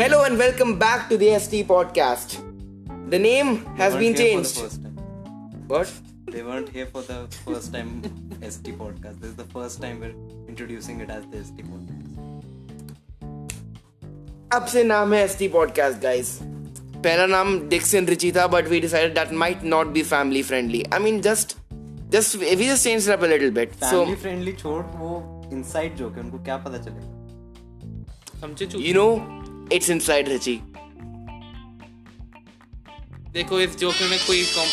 Hello and welcome back to the ST podcast. The name has They been weren't here for changed. the first time. What? They weren't here for the first time ST podcast. This is the first time we're introducing it as the ST podcast. अब से नाम है ST podcast guys. पहला नाम Dixon Richie था but we decided that might not be family friendly. I mean just just we just changed it up a little bit. Family friendly छोड़ वो inside joke है उनको क्या पता चलेगा समझे So चूक you know it's inside Richie. देखो इस जोक में कोई कॉम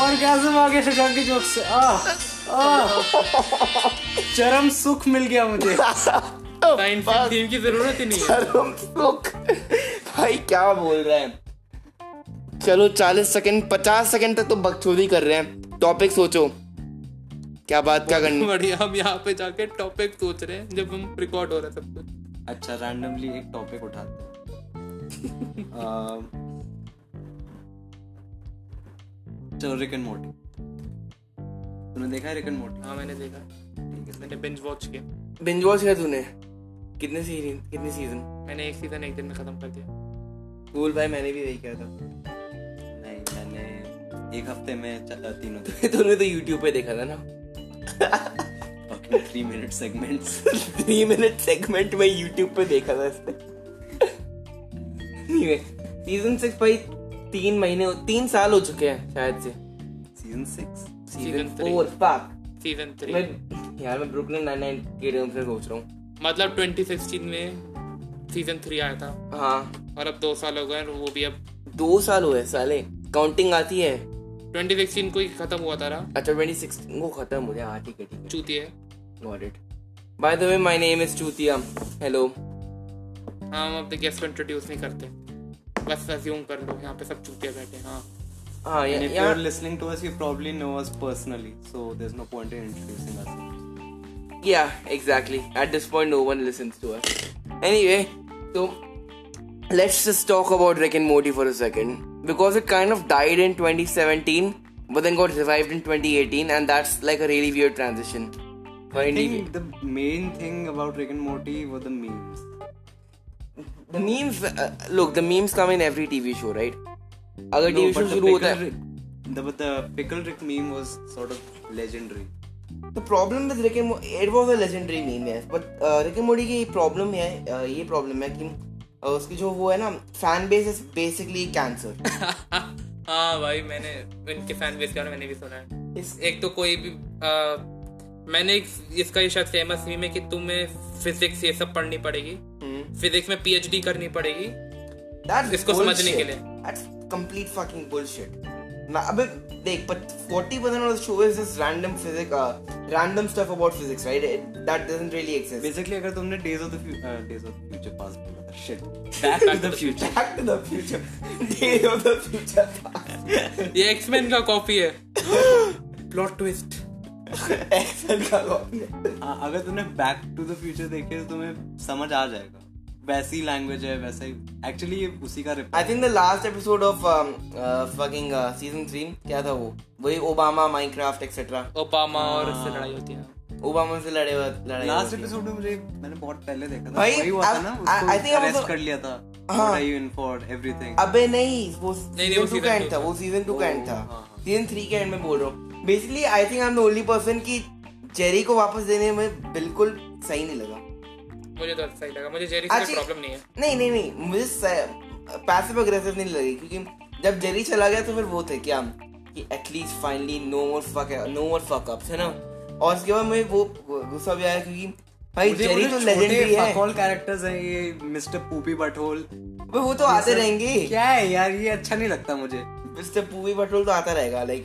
और कैसे आगे शशांक के जोक से आह चरम सुख मिल गया मुझे साइंटिफिक थीम की जरूरत ही नहीं है परम सुख भाई क्या बोल रहे हैं चलो 40 सेकंड 50 सेकंड तक तो बकचोदी कर रहे हैं टॉपिक सोचो क्या बात क्या करनी बढ़िया हम यहाँ पे जाके टॉपिक सोच रहे हैं जब हम रिकॉर्ड हो रहा है सब कुछ अच्छा रैंडमली एक टॉपिक उठाते Um, हैं अम, चलो रिक एंड मोटी तूने देखा है रिक एंड मोटी हाँ मैंने देखा ठीक है मैंने बिंज वॉच किया बिंज वॉच किया तूने कितने सीजन कितने सीजन मैंने एक सीजन एक दिन में खत्म कर दिया कूल भाई मैंने भी वही किया था नहीं मैंने एक हफ्ते में च- तीनों देखे तूने तो यूट्यूब पे देखा था ना fucking three minute segments three minute segment में यूट्यूब पे देखा था इसने सीजन सिक्स भाई तीन महीने तीन साल हो चुके हैं शायद से season six season Season three. For fuck season three मैं यार मैं ब्रुकलिन नाइन नाइन के टर्म से सोच रहा हूँ मतलब 2016 में सीजन थ्री आया था हाँ और अब दो साल हो गए और वो भी अब दो साल हुए साले काउंटिंग आती है 2016 को ही खत्म हुआ था ना अच्छा ट्वेंटी सिक्सटीन को खत्म हो गया हाँ ठीक है ठीक चूती है है got it by the way my name is चूतिया हेलो हाँ हम अपने गेस्ट को इंट्रोड्यूस नहीं करते बस अज्यूम कर लो यहाँ पे सब चूतिया बैठे हैं, हाँ हाँ and या- if you're यार listening to us you probably know us personally so there's no point in introducing us या exactly at this point no one listens to us anyway तो let's just talk about Rick and Morty for a second because it kind of died in 2017 but then got revived in 2018 and that's like a really weird transition for I Indian think the main thing about Rick and Morty were the memes The memes, uh, look, the memes come in every TV show, right? अगर No, TV show but the शुरू होता pickle है Rick- the, but the pickle Rick meme was sort of legendary the problem with Rick and it was a legendary meme yes but Rick and Morty uh, की problem है uh, ये problem है कि uh, उसकी जो वो है ना fan base is basically cancer हाँ भाई मैंने इनके फैन बेस के बारे में मैंने भी सुना है इस एक तो कोई भी आ, मैंने एक- इसका ये शायद फेमस मीम है कि तुम्हें फिजिक्स ये सब पढ़नी पड़ेगी फिजिक्स में पीएचडी करनी पड़ेगी दैट्स इसको समझने के लिए। दैट्स कंप्लीट फकिंग बुलशिट ना अबे देख but 40% of the show is just random physic random stuff about physics right that doesn't really exist basically अगर तुमने Days of the Fu- uh, Days of the Future Past बोला था shit Back to the Future back to the future day of the future ये X-Men का copy है plot twist Excel का copy है। हाँ, अगर तुमने बैक टू द फ्यूचर देखे तो तुम्हें समझ आ जाएगा वैसी लैंग्वेज है वैसा ही एक्चुअली ये उसी का I reply think the last episode of uh, fucking season three क्या था वो वही ओबामा माइनक्राफ्ट एक्सेट्रा ओबामा और इससे लड़ाई होती है ओबामा से लड़े हुए- लड़ाई लास्ट होती है। एपिसोड में मुझे मैंने बहुत पहले देखा था भाई, वही हुआ था अब- ना I- I उसको think I was arrest a- कर लिया था हाँ। What are you in for everything अबे नहीं वो नहीं, वो सीजन टू season का two एंड था था। Oh, वो सीजन टू का ओह, एंड था हाँ, हाँ। सीजन थ्री के एंड में बोल रहा हूँ basically I think I am the only person की जेरी को वापस देने में बिल्कुल सही नहीं लगा मुझे तो सही लगा मुझे जेरी से अच्छी- प्रॉब्लम नहीं है नहीं नहीं नहीं मुझे पैसिव अग्रेसिव नहीं लगी क्योंकि जब जेरी चला गया तो फिर वो थे क्या कि at least finally no more fuck no more fuck ups है ना और उसके बाद मुझे वो गुस्सा भी आया क्योंकि भाई जेरी तो लेजेंडरी है ऑल कैरेक्टर्स हैं ये मिस्टर पूपी बटहोल वो वो तो आते रहेंगे क्या है यार ये अच्छा नहीं लगता मुझे मिस्टर पूवी बटोल तो आता रहेगा लाइक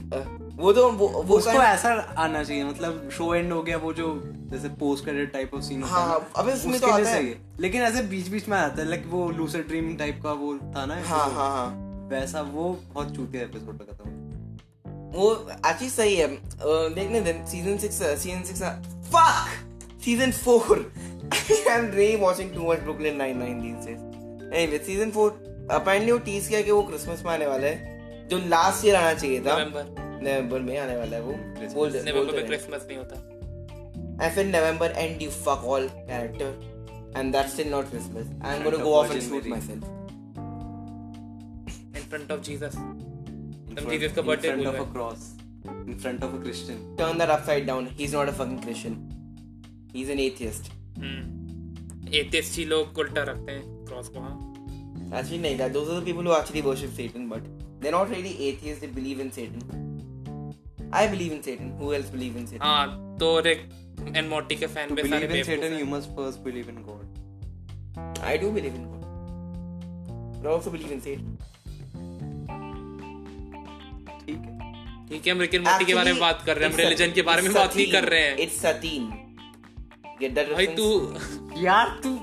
वो तो वो वो उसको kind- ऐसा आना चाहिए मतलब शो एंड हो गया वो जो जैसे post credit type of scene होता हाँ, है हाँ, अबे उसमें उसके तो लिए आता है। सही है लेकिन ऐसे बीच बीच में आता है लाइक वो लूसर ड्रीम टाइप का वो था ना हाँ episode, हाँ हाँ वैसा वो बहुत चूतिया एपिसोड लगा था मुझे। वो अच्छी सही है अ, देखने दें season six season six fuck season four I am rewatching too much Brooklyn nine nine these days anyway season four apparently वो टीज किया कि वो क्रिसमस में आने वाला है जो लास्ट ईयर आना चाहिए था नवंबर नवंबर में आने वाला है वो Christmas. बोल बोल तो नवंबर में रहे हैं। क्रिसमस नहीं होता and फिर November and you fuck all character and that's still not Christmas. I'm front gonna of go off and Virgin shoot Mary. myself. in front of Jesus In तुम front- जीसस का in birthday front भूल of a गए। cross in front of a christian Turn that upside down. He's not a fucking Christian. He's an atheist. Atheist hmm. ही लोग उल्टा रखते हैं cross को हाँ Actually, like that. Those are the people who actually worship Satan, but they're not really atheists. They believe in Satan. I believe in Satan. Who else believes in Satan? हाँ तो Rick and Morty के fan to पे सारे believe in बेवकूफ satan हैं। you must first believe in god I do believe in God. But I also believe in Satan. ठीक है ठीक है हम रिक एंड मोटी के बारे में बात कर रहे हैं हम रिलीजन के बारे में बात नहीं कर रहे हैं It's Satin. Get that भाई reference? तू यार तू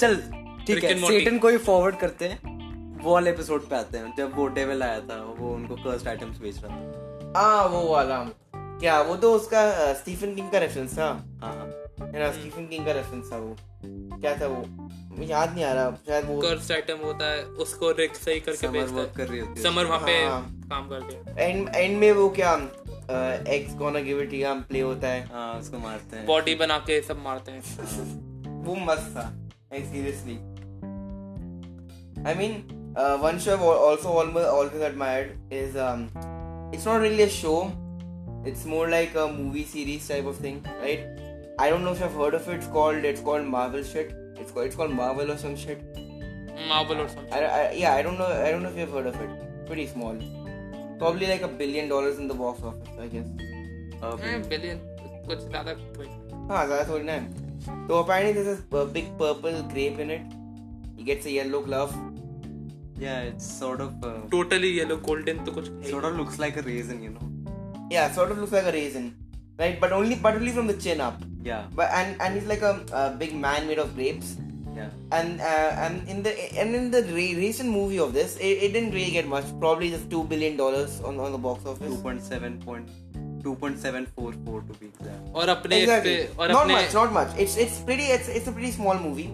चल ठीक Rick है and Morty. सेटन को ही फॉरवर्ड करते हैं वो वाले एपिसोड पे आते हैं जब वो डेविल आया था वो उनको कर्स्ड आइटम्स बेच रहा था हाँ वो वाला क्या वो तो उसका स्टीफन किंग का रेफरेंस था हाँ हाँ है ना स्टीफन किंग का रेफरेंस था वो क्या था वो मुझे याद नहीं आ रहा शायद वो कर्स आइटम होता है उसको रिक सही करके समर वर्क बेचता कर रही है होती है समर वहाँ पे हाँ। काम करते हैं एंड एंड में वो क्या एक्स गोना गिव इट या प्ले होता है हाँ उसको मारते हैं बॉडी बना के सब मारते हैं वो मस्त था seriously I mean one show also always admired is um, it's not really a show it's more like a movie series type of thing right i don't know if you've heard of it it's called it's called marvel shit it's called it's called marvel or some shit Marvel और something I, I, yeah, I don't know. I don't know if you've heard of it. Pretty small. Probably like a billion dollars in the box office, I guess. अब billion कुछ ज्यादा कोई हाँ ज़्यादा थोड़ी ना है तो apparently there's this uh, big purple grape in it. He gets a yellow glove. Yeah it's sort of totally yellow golden तो कुछ है sort of looks like a raisin you know Yeah, sort of looks like a raisin, right? But only, but only from the chin up. Yeah But and and he's like a, a big man made of grapes. Yeah And uh, and in the and in the re- recent movie of this, it, it didn't really get much. Probably just two billion dollars on on the box office. 2.7.2.744 to be exact और अपने इस Exactly. पे और not अपने much, not much. It's it's pretty. It's it's a pretty small movie.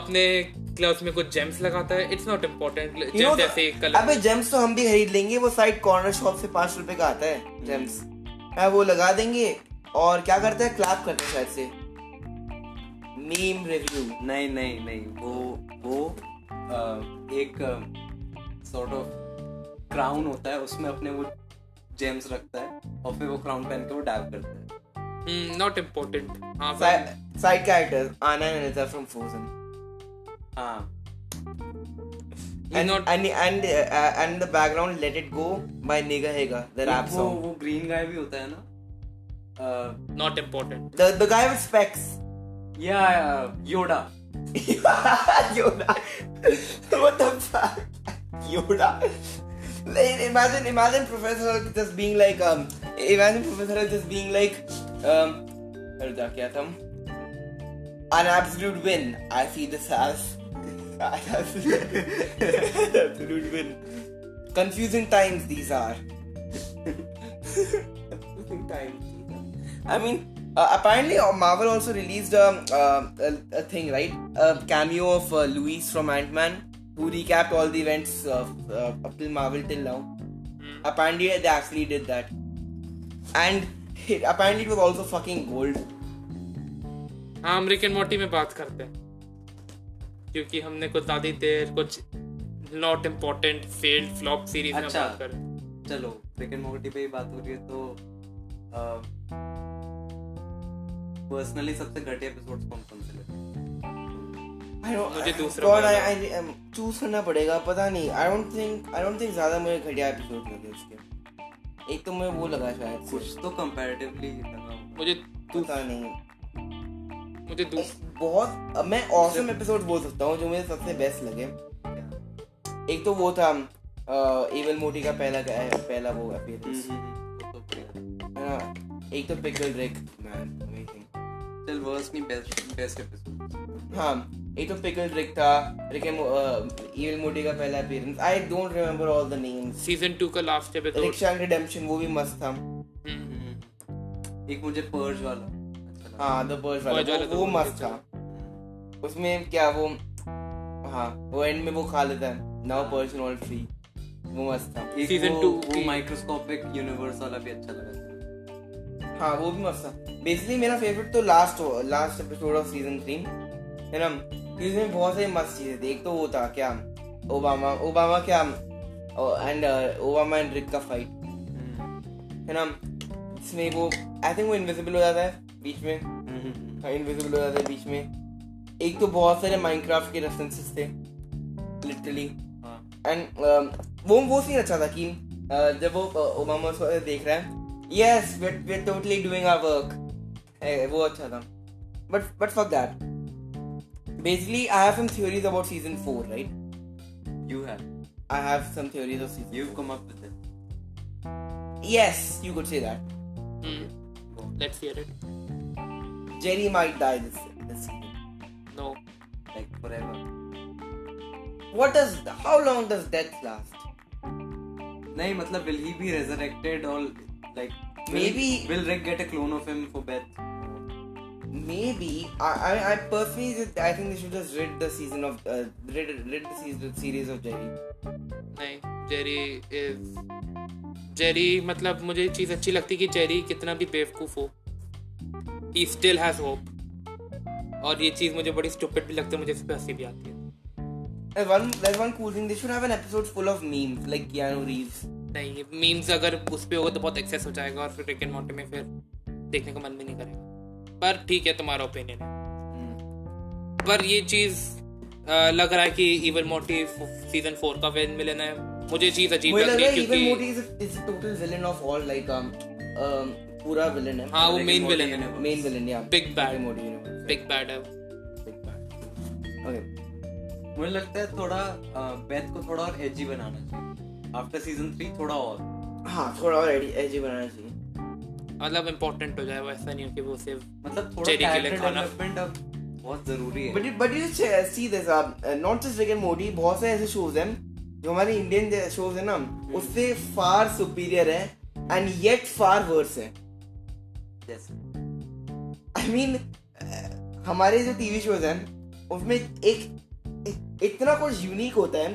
अपने gloves में कुछ gems लगाता है it's not important You know gems जैसे the- कलर अबे जेम्स तो हम भी खरीद लेंगे वो साइड कॉर्नर शॉप से पाँच रुपए का आता है जेम्स हाँ, वो लगा देंगे और क्या करता है क्लैप करते हैं शायद से मीम रिव्यू नहीं नहीं नहीं वो वो अह, एक सॉर्ट ऑफ क्राउन होता है उसमें अपने वो जेम्स रखता है और फिर वो क्राउन पहन के वो डाइव करता है नॉट इम्पोर्टेंट Hmm, हाँ भाई साइड कैरेक्टर्स आना एंड अनिता फ्रॉम फ्रोजन हाँ and not- and and and the background let it go by Nigahiga the rap वो सॉन्ग वो ग्रीन गाय भी होता है ना अह, not important the the guy with specs या योडा Yoda. what the fuck? Yoda. Like, imagine, imagine Professor Hulk just being like, um, imagine Professor Hulk just being like, um, रुक जा, क्या था? An absolute win. I see this as an absolute absolute win. Confusing times these are. Confusing times. these are. I mean, uh, apparently uh, Marvel also released um, uh, a, a thing, right? A cameo of uh, Luis from Ant Man, who recapped all the events of uh, up till Marvel till now. Hmm. Apparently, they actually did that, and it, apparently it was also fucking gold. हाँ हम रिक and मोटी में बात करते हैं क्योंकि हमने कुछ ज्यादा देर कुछ not important failed flop series में अच्छा। बात कर रहे हैं। चलो रिक एंड मॉर्टी पे ही बात हो रही है तो पर्सनली सबसे घटिया एपिसोड्स कौन कौन से लगे I don't. मुझे दूसरा God, I, वाला। I um, choose करना पड़ेगा पता नहीं. I don't think. I don't think ज्यादा मुझे घटिया एपिसोड लगे उसके. एक तो मुझे वो लगा शायद से. कुछ तो कंपैरेटिवली लगा होगा। मुझे पता नहीं. मुझे दूस- बहुत अब मैं ऑसम एपिसोड बोल सकता हूँ जो मुझे सबसे बेस्ट लगे क्या? एक तो वो था एवल मोटी का पहला पहला वो अपीयरेंस हम्म, हम्म, वो तो बढ़िया था। एक तो पिकल ड्रेक मैन अमेजिंग चल वर्स्ट नहीं बेस्ट बेस्ट एपिसोड हाँ एक तो पिकल ड्रेक था रिक एवल मोटी का पहला appearance I don't remember all the names season two का hmm, last episode Rickshank redemption वो भी मस्त था एक मुझे पर्ज वाला अच्छा लगा। हम्म। हाँ द पर्स Purge वाला वाला वो, तो वो बहुत मस्त था उसमें क्या वो हाँ वो एंड में वो खा लेता है नाउ हाँ। पर्सन ऑल फ्री वो मस्त था एक Season वो- two वो की- माइक्रोस्कोपिक यूनिवर्स वाला भी अच्छा लगा था। हाँ वो भी मस्त था बेसिकली मेरा फेवरेट तो last last episode of season three है ना क्योंकि इसमें बहुत सारी मस्त चीजें थी एक तो वो था क्या ओबामा ओबामा क्या Oh, uh, and Obama and Rick का फाइट है ना इसमें वो आई थिंक वो इनविजिबल हो जाता है बीच में हाँ इनविजिबल हो जाता है बीच में एक तो बहुत सारे माइनक्राफ्ट के रेफरेंसेस थे लिटरली हाँ, एंड um, वो वो सीन अच्छा था कि uh, जब वो ओबामा उसको देख रहा है yes we are totally doing our work वो अच्छा था but but for that basically i have some theories about season 4 right You have. i have some theories of season You've come up with it. yes you could say that let's hear it jerry might die this, this season no Like forever. what does how long does death last नहीं मतलब will he be resurrected or like will- Maybe- will Rick get a clone of him for Beth? maybe i i, I personally just- i think they should just rid the season of uh, rid, rid the season series of jerry नहीं Jerry is Jerry मतलब मुझे चीज अच्छी लगती कि Jerry कितना भी बेवकूफ हो ही स्टिल हैज होप और ये चीज मुझे बड़ी स्टूपिड भी लगती है मुझे इस पे हंसी भी आती है there's one there's one cool thing they should have an episode full of memes like keanu reeves नहीं मीम्स अगर उस पे होगा तो बहुत एक्सेस हो जाएगा और फिर रिक एंड मॉर्टी में फिर देखने का मन भी नहीं करेगा पर ठीक है तुम्हारा ओपिनियन है पर ये चीज लग रहा है कि इवन मोटी सीजन फोर का विलन मिलन है मुझे ये चीज अजीब मुझे लग लग रही रहा है है इवन मोटी इज क्योंकि is total villain of all like um पूरा विलन है हाँ Ah, वो Rick and main Morty villain है universe. मेन विलन या Big bad. Morty universe. Big bad है Okay. मुझे लगता है थोड़ा बेथ को थोड़ा और एजी बनाना चाहिए आफ्टर सीजन थ्री थोड़ा और हाँ थोड़ा और एजी बनाना चाहिए मतलब इम्पोर्टेंट हो जाए वो ऐसा नहीं हो कि वो सिर्फ मतलब थोड़ा Jerry के लिए character खाना। development अब बहुत जरूरी है but but you see this not just Rick and Morty बहुत सारे ऐसे शोज हैं जो हमारे इंडियन शोज है ना उससे फार सुपीरियर है एंड येट फार वर्स है जैसे आई मीन uh, हमारे जो टीवी शोज हैं उसमें एक एक- इतना कुछ यूनिक होता है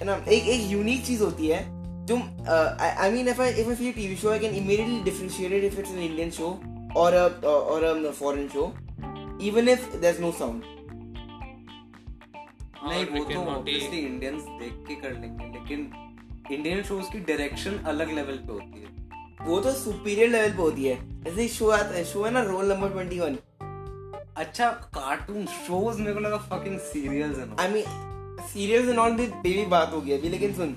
है ना एक एक यूनिक चीज होती है जो uh, I mean if I if I see TV show I can immediately differentiate it if it's an Indian show और और a foreign show even if there is no sound नहीं वो तो Rick and Morty- obviously Indians देख के कर लेंगे लेकिन इंडियन शोज की डायरेक्शन अलग लेवल पे होती है वो तो सुपीरियर लेवल पे होती है ऐसे शो आता शो है ना रोल नंबर 21 अच्छा कार्टून शोज मेरे को लगा fucking serials and I mean serials and all भी बेबी बात होगी अभी लेकिन सुन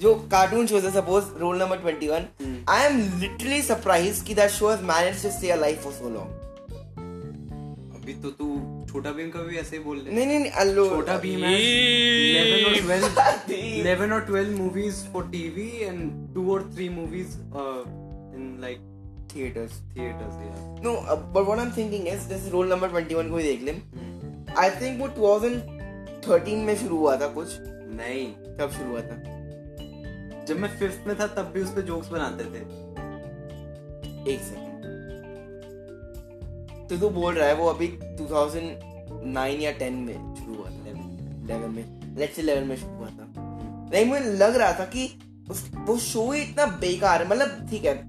जो कार्टून शोज है suppose roll number 21 I am literally surprised कि that show has managed to stay alive for so long अभी तो तू छोटा भीम का भी ऐसे ही बोल ले नहीं नहीं नहीं अल्लो छोटा भीम है 11 और 12 11 और 12 movies for TV and two और three movies in like theatres theatres या no but what I am thinking is जैसे रोल नंबर 21 को ही देख ले आई थिंक वो 2013 में शुरू हुआ था कुछ नहीं कब शुरू हुआ था जब मैं फिफ्थ में था तब भी उस पे जोक्स बनाते थे एक सेकंड तो तू बोल रहा है वो अभी 2009 या 10 में शुरू हुआ था 11 में लेट्स 11 में शुरू हुआ था नहीं मुझे लग रहा था कि उस वो शो ही इतना बेकार है मतलब ठीक है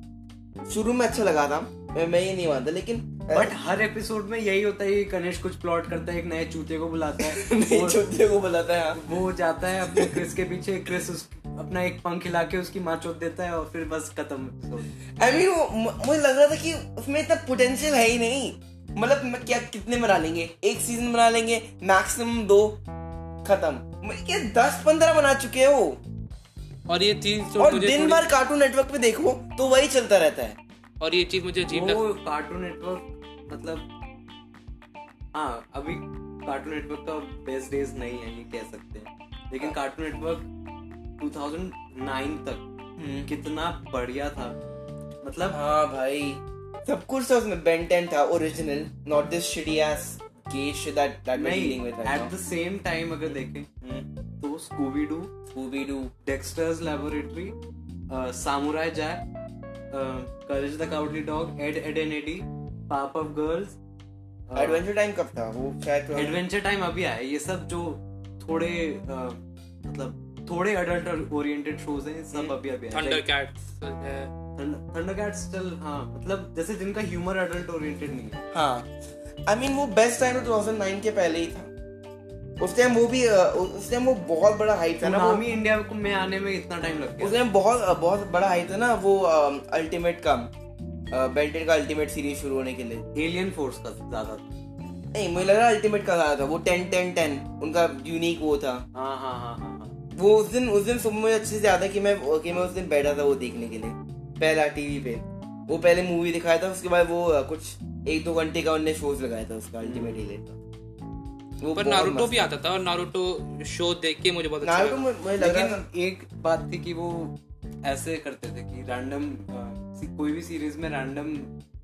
शुरू में अच्छा लगा था मैं, मैं ये नहीं मानता लेकिन बट हर एपिसोड में यही होता है कि कनेश कुछ प्लॉट करता है एक नए चूते को बुलाता है नहीं और चुटने को बुलाता है हाँ। वो जाता है अपने क्रिस के पीछे क्रिस उस अपना एक पंख हिला के उसकी माँ चोट देता है और फिर बस खत्म episode। I mean, वो मु- मुझे लग रहा था कि उसमें इतना पोटेंशियल है ही नहीं मतलब म- क्या कितने बना लेंगे एक सीजन बना लेंगे मैक्सिमम दो खत्म म- क्या दस पंद्रह बना चुके हो और ये चीज तो जो और मुझे दिन थोड़ी- भर कार्टून नेटवर्क पे देखो तो वही चलता रहता है और ये चीज मुझे अजीब लगती वो कार्टून नेटवर्क मतलब हाँ अभी कार्टून नेटवर्क का बेस्ट डेज नहीं है ये कह सकते हैं लेकिन कार्टून नेटवर्क 2009 तक कितना बढ़िया था मतलब हाँ भाई सब कुछ था उसमें बेन था original not this shitty ass gay shit that that we नहीं dealing with it right the same time अगर देखें हम्म, तो Scooby Doo Scooby Doo Dexter's Laboratory, uh, Samurai Jack, uh, Courage the Cowardly Dog, Ed, Ed and Eddie, Pop of Girls, uh, Adventure Time कब था वो शायद Adventure Time अभी आया है। ये सब जो थोड़े uh, मतलब थोड़े अडल्ट ओरिएंटेड शोज हैं सब अभी अभी आए थंडर लाइक कैट्स है थंडरकैट्स चल हाँ मतलब जैसे जिनका ह्यूमर अडल्ट ओरिएंटेड नहीं है हाँ आई मीन वो बेस्ट टाइम 2009 के पहले ही था उस टाइम वो भी अ, उ- उस टाइम वो बहुत बड़ा हाइप था ना वो- सुनामी इंडिया को में आने में इतना टाइम लग उस गया टाइम बहुत अ, बहुत बड़ा हाइप था ना वो अल्टीमेट का बेल्टेड का अल्टीमेट सीरीज शुरू होने के लिए एलियन फोर्स का ज्यादा था नहीं मुझे लग रहा है अल्टीमेट का गाना था वो टेन टेन टेन उनका यूनिक वो था हाँ हाँ हाँ हाँ हाँ वो उस दिन उस दिन सुबह मुझे अच्छे से याद है कि मैं कि मैं उस दिन बैठा था वो देखने के लिए पहला टीवी पे वो पहले मूवी दिखाया था उसके बाद वो अ, कुछ एक दो घंटे का उनने शोज लगाया था उसका अल्टीमेट रिलेट का वो Hmm. पर बहुत नारुतो मस्त- भी आता था और नारुतो शो देख के मुझे बहुत अच्छा नारुतो लगा मुझे मुझे लग रहा था लेकिन एक बात थी कि वो ऐसे करते थे कि रैंडम कोई भी सीरीज में रैंडम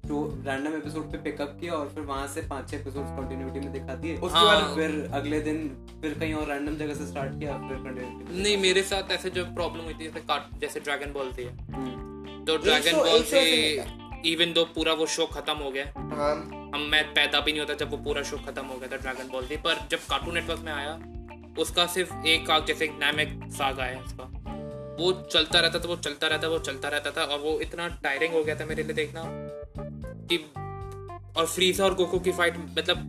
शो रैंडम एपिसोड पे पिकअप किया और फिर वहां से पांच छह एपिसोड कंटिन्यूटी में दिखा दिए उसके हाँ। बाद फिर अगले दिन फिर कहीं और रैंडम जगह से स्टार्ट किया फिर कंटिन्यूटी नहीं मेरे साथ ऐसे जो प्रॉब्लम हुई थी जैसे कार्ट जैसे ड्रैगन बॉल थी हम्म। तो एक ड्रैगन सौ- बॉल एक सौ से इवन दो पूरा वो शो खत्म हो गया हाँ हम मैं पैदा भी नहीं होता जब वो पूरा शो खत्म हो गया था ड्रैगन बॉल से पर जब कार्टून नेटवर्क में आया उसका सिर्फ एक आग जैसे नैमेक सागा है उसका वो चलता रहता था वो चलता रहता वो चलता रहता था और वो इतना टायरिंग हो गया था मेरे लिए देखना कि और फ्रीजा और गोकू की फाइट मतलब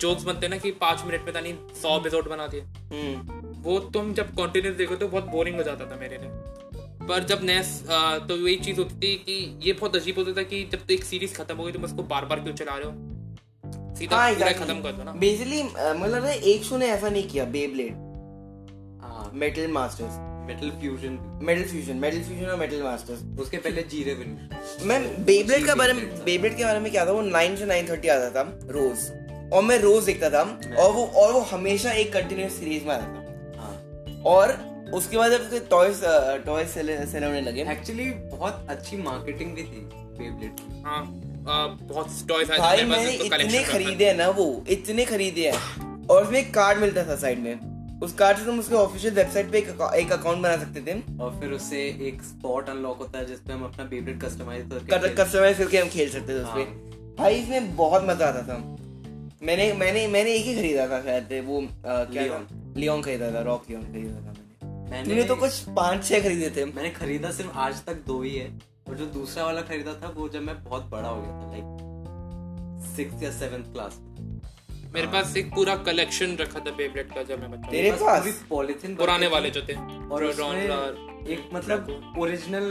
जोक्स बनते हैं ना कि पाँच मिनट में तानी सौ एपिसोड बना दिए हम्म वो तुम जब कंटिन्यूस देखो तो बहुत बोरिंग हो जाता था मेरे लिए पर जब नया आ, तो यही चीज़ होती थी कि ये बहुत अजीब होता था कि जब तो एक सीरीज खत्म हो गई तुम उसको बार बार क्यों चला रहे हो सीधा हाँ पूरा खत्म कर दो ना बेसिकली मुझे लग रहा मतलब है एक शो ने ऐसा नहीं किया बेब्लेड हाँ, metal masters metal fusion metal fusion metal fusion और मेटल मास्टर्स उसके पहले जीरे विन मैं बेब्लेड का बारे में बेब्लेड के बारे में क्या था वो नाइन से नाइन थर्टी आता था रोज और मैं रोज देखता था और वो और वो हमेशा एक कंटिन्यूस सीरीज में आता था हाँ। और उसके बाद जब उसके टॉयज टॉयज सेल होने लगे एक्चुअली बहुत अच्छी मार्केटिंग भी थी बेब्लेट की हाँ आ, बहुत टॉयज आए भाई थे, मेरे पास मैंने उसको इतने collection करना खरीदे हैं ना वो इतने खरीदे हैं और उसमें एक कार्ड मिलता था साइड में उस कार्ड से तुम उसके ऑफिशियल वेबसाइट पे एक अका- एक अकाउंट बना सकते थे और फिर उससे एक स्पॉट अनलॉक होता है जिसपे हम अपना बेब्लेट कस्टमाइज करके कर- कस्टमाइज करके हम खेल सकते थे हाँ। उसमें भाई इसमें बहुत मजा आता था मैंने मैंने मैंने एक ही खरीदा था शायद वो अ, क्या लियोन। लियोन खरीदा था रॉक लियोन खरीदा था मैंने मैंने- मैंने तो कुछ पांच छह खरीदे थे मैंने खरीदा सिर्फ आज तक दो ही है और जो दूसरा वाला खरीदा था वो जब मैं बहुत बड़ा हो गया था लाइक सिक्स या सेवेंथ क्लास था। मेरे पास एक पूरा कलेक्शन रखा था बेबलेट का जब मैं बच्चा तेरे पास? पॉलिथिन पुराने वाले जो थे और जो उसमें Ron- एक मतलब ओरिजिनल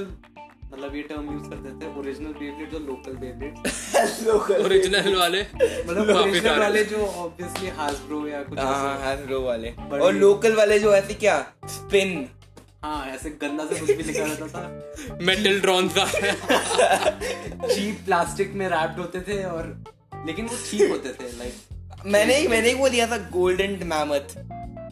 मतलब ये टर्म यूज करते थे ओरिजिनल बेबलेट जो लोकल बेबलेट ओरिजिनल वाले हाँ, मतलब काफी ओरिजिनल सारे वाले जो ऑब्वियसली हासब्रो या कुछ हाँ ऐसे- हाँ रो वाले बड़ी- और लोकल वाले जो ऐसे क्या स्पिन हाँ ऐसे गंदा से कुछ भी लिखा रहता था मेटल ड्रॉन्स चीप प्लास्टिक में रैप्ड होते थे और लेकिन वो ठीक होते थे लाइक मैंने मैंने एक वो लिया था गोल्डन मैमथ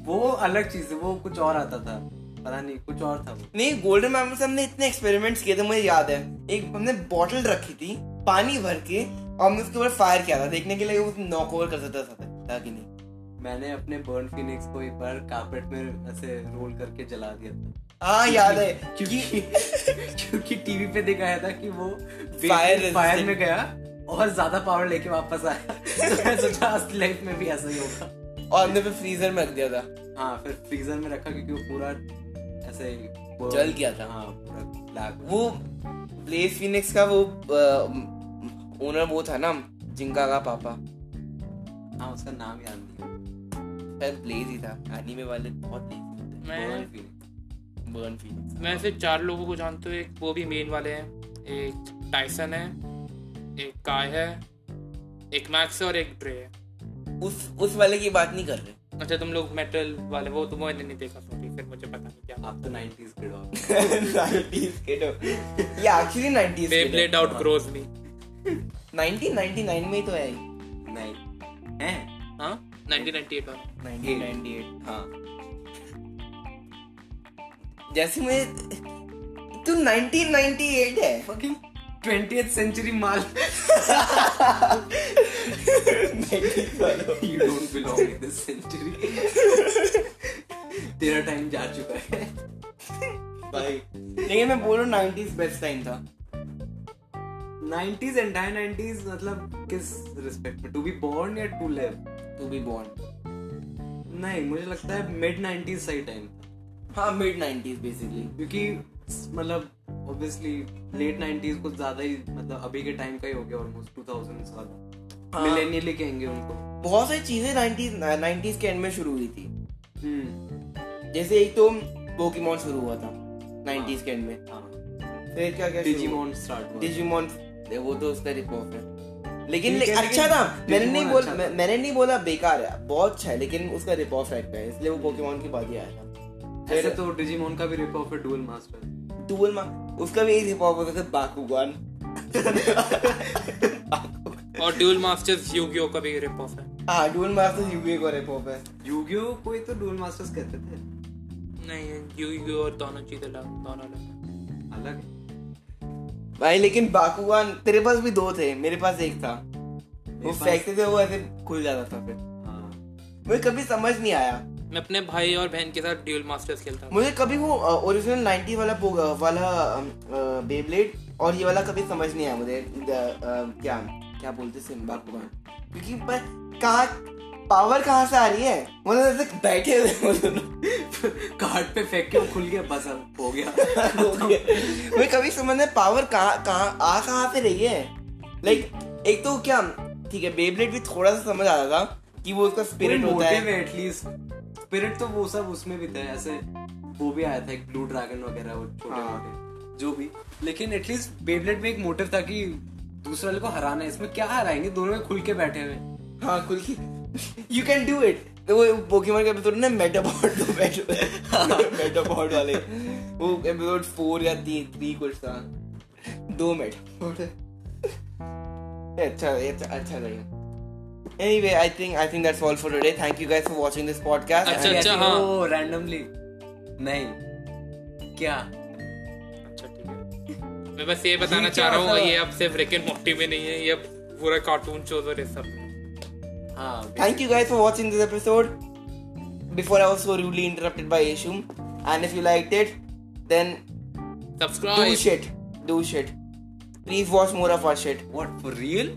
वो अलग चीज है वो कुछ और आता था पता नहीं कुछ और था वो नहीं गोल्डन मैमथ हमने इतने एक्सपेरिमेंट्स किए थे मुझे याद है एक हमने बॉटल रखी थी पानी भर के और हमने उसके ऊपर फायर किया था देखने के लिए वो नॉक ओवर कर सकता था था कि नहीं मैंने अपने बर्न फिनिक्स को एक बार कारपेट में ऐसे रोल करके जला दिया था हाँ याद है क्योंकि क्योंकि टीवी पे दिखाया था कि वो Fire फायर resistant. में गया और ज्यादा पावर लेके वापस आया तो मैं सोचा असली लाइफ में भी ऐसा ही होगा और हमने फिर फ्रीजर में रख दिया था हाँ फिर फ्रीजर में रखा क्योंकि वो पूरा ऐसे burn- जल गया था। हाँ पूरा black हो वो ब्लेस फिनिक्स का वो ओनर वो था ना जिंका का पापा गया। हाँ उसका नाम याद नहीं शायद ब्लेज ही था एनीमे वाले बहुत ब्लेज होते है मैं हैं Burn Phoenix। बर्न फिनिक्स मैं ऐसे चार लोगों को जानता हूँ एक वो भी मेन वाले हैं एक टाइसन है एक काय है एक मैक्स है और एक ड्रे है उस उस वाले की बात नहीं कर रहे अच्छा तुम लोग मेटल वाले वो तो मैंने नहीं देखा सॉरी फिर मुझे पता नहीं क्या आप तो 90s किड हो 90s kid हो ये एक्चुअली 90s बे kid ब्लेड हो। आउट ग्रोज मी 1999 में ही तो है ये। नहीं हैं हाँ 1998 वाला 1998 हाँ जैसे मुझे तू 1998 है fucking 20th सेंचुरी माल you don't belong in this century तेरा टाइम जा चुका है भाई लेकिन मैं बोल रहा हूँ 90s बेस्ट टाइम था 90s एंड 90s मतलब किस रिस्पेक्ट में टू बी बोर्न या to live to be born नहीं मुझे लगता है मिड 90s सही टाइम था हाँ मिड 90s बेसिकली क्योंकि मतलब ऑब्वियसली लेट 90s कुछ ज्यादा ही मतलब अभी के टाइम का ही हो गया ऑलमोस्ट 2000s वाला हाँ। मिलेनियली कहेंगे उनको बहुत सारी चीजें 90s 90s के एंड में शुरू हुई थी Hmm. हम्म जैसे एक तो पोकेमॉन शुरू हुआ था 90s के एंड में हाँ फिर क्या क्या डिजीमोन स्टार्ट हुआ डिजीमॉन वो तो उसका रिपोर्ट है लेकिन ठीक है, अच्छा लेकिन था मैंने Digimon नहीं बोल अच्छा था। मैं- मैंने नहीं बोला बेकार है बहुत अच्छा है लेकिन उसका रिप ऑफ एक्ट है इसलिए वो पोकेमॉन के बाद ही आया था ऐसे फिर तो डिजीमोन का भी रिप ऑफ है डुअल मास्टर डुअल मा उसका भी एक हिप हॉप होता था बाकुगान बाकुगान। और ड्यूल मास्टर्स यूगियो का भी रिप ऑफ है हाँ डुअल मास्टर यूबी का रिप हॉप है यूगियो को ही तो डुअल मास्टर्स कहते थे नहीं यूगियो और दोनों चीजें अलग दोनों अलग अलग भाई लेकिन बाकुगान तेरे पास भी दो थे मेरे पास एक था वो पास- फेंकते थे वो ऐसे खुल जाता था फिर हाँ मुझे कभी समझ नहीं आया मैं अपने भाई और बहन के साथ ड्यूल मास्टर्स खेलता हूँ मुझे कभी वो ओरिजिनल 90 वाला पोग- अ, वाला बेब्लेड और ये वाला कभी समझ नहीं आया मुझे द- अ, क्या क्या बोलते सिम्बा को क्योंकि पर कहाँ पावर कहाँ से आ रही है मतलब ऐसे बैठे हुए हैं वो दोनों। कार्ड पे फेंक के वो खुल गया बस अब हो गया मुझे कभी समझ नहीं पावर कहाँ कहाँ आ कहाँ से रही है लाइक एक तो क्या ठीक है बेब्लेड भी थोड़ा सा समझ आता था कि वो उसका स्पिरिट होता है एटलीस्ट स्पिरिट तो वो सब उसमें भी था ऐसे वो भी आया था एक ब्लू ड्रैगन वगैरह वो छोटे हाँ। मोटे जो भी लेकिन एटलीस्ट बेबलेट में एक मोटिव था कि दूसरे वाले को हराना है इसमें क्या हराएंगे दोनों में खुल के बैठे हुए हैं। हाँ खुल की यू कैन डू इट वो पोकेमॉन के एपिसोड ना मेटाबॉट तो मेटाबॉट वाले वो एपिसोड फोर या तीन थ्री कुछ था दो मेटाबॉट अच्छा ये अच्छा अच्छा लगेगा Anyway, I think I think that's all for today. Thank you guys for watching this podcast. अच्छा, And- अच्छा, ऐसे, हाँ। ओ रैंडमली नहीं क्या अच्छा ठीक है मैं बस ये बताना चाह रहा हूँ मतलब- ये अब सिर्फ रिकन मोटी में नहीं है ये अब पूरा कार्टून शोज और ये सब हाँ Thank you guys for watching this episode. Before I was so rudely interrupted by Ashum, and if you liked it, then do subscribe shit, do shit. Please watch more of our shit. What for real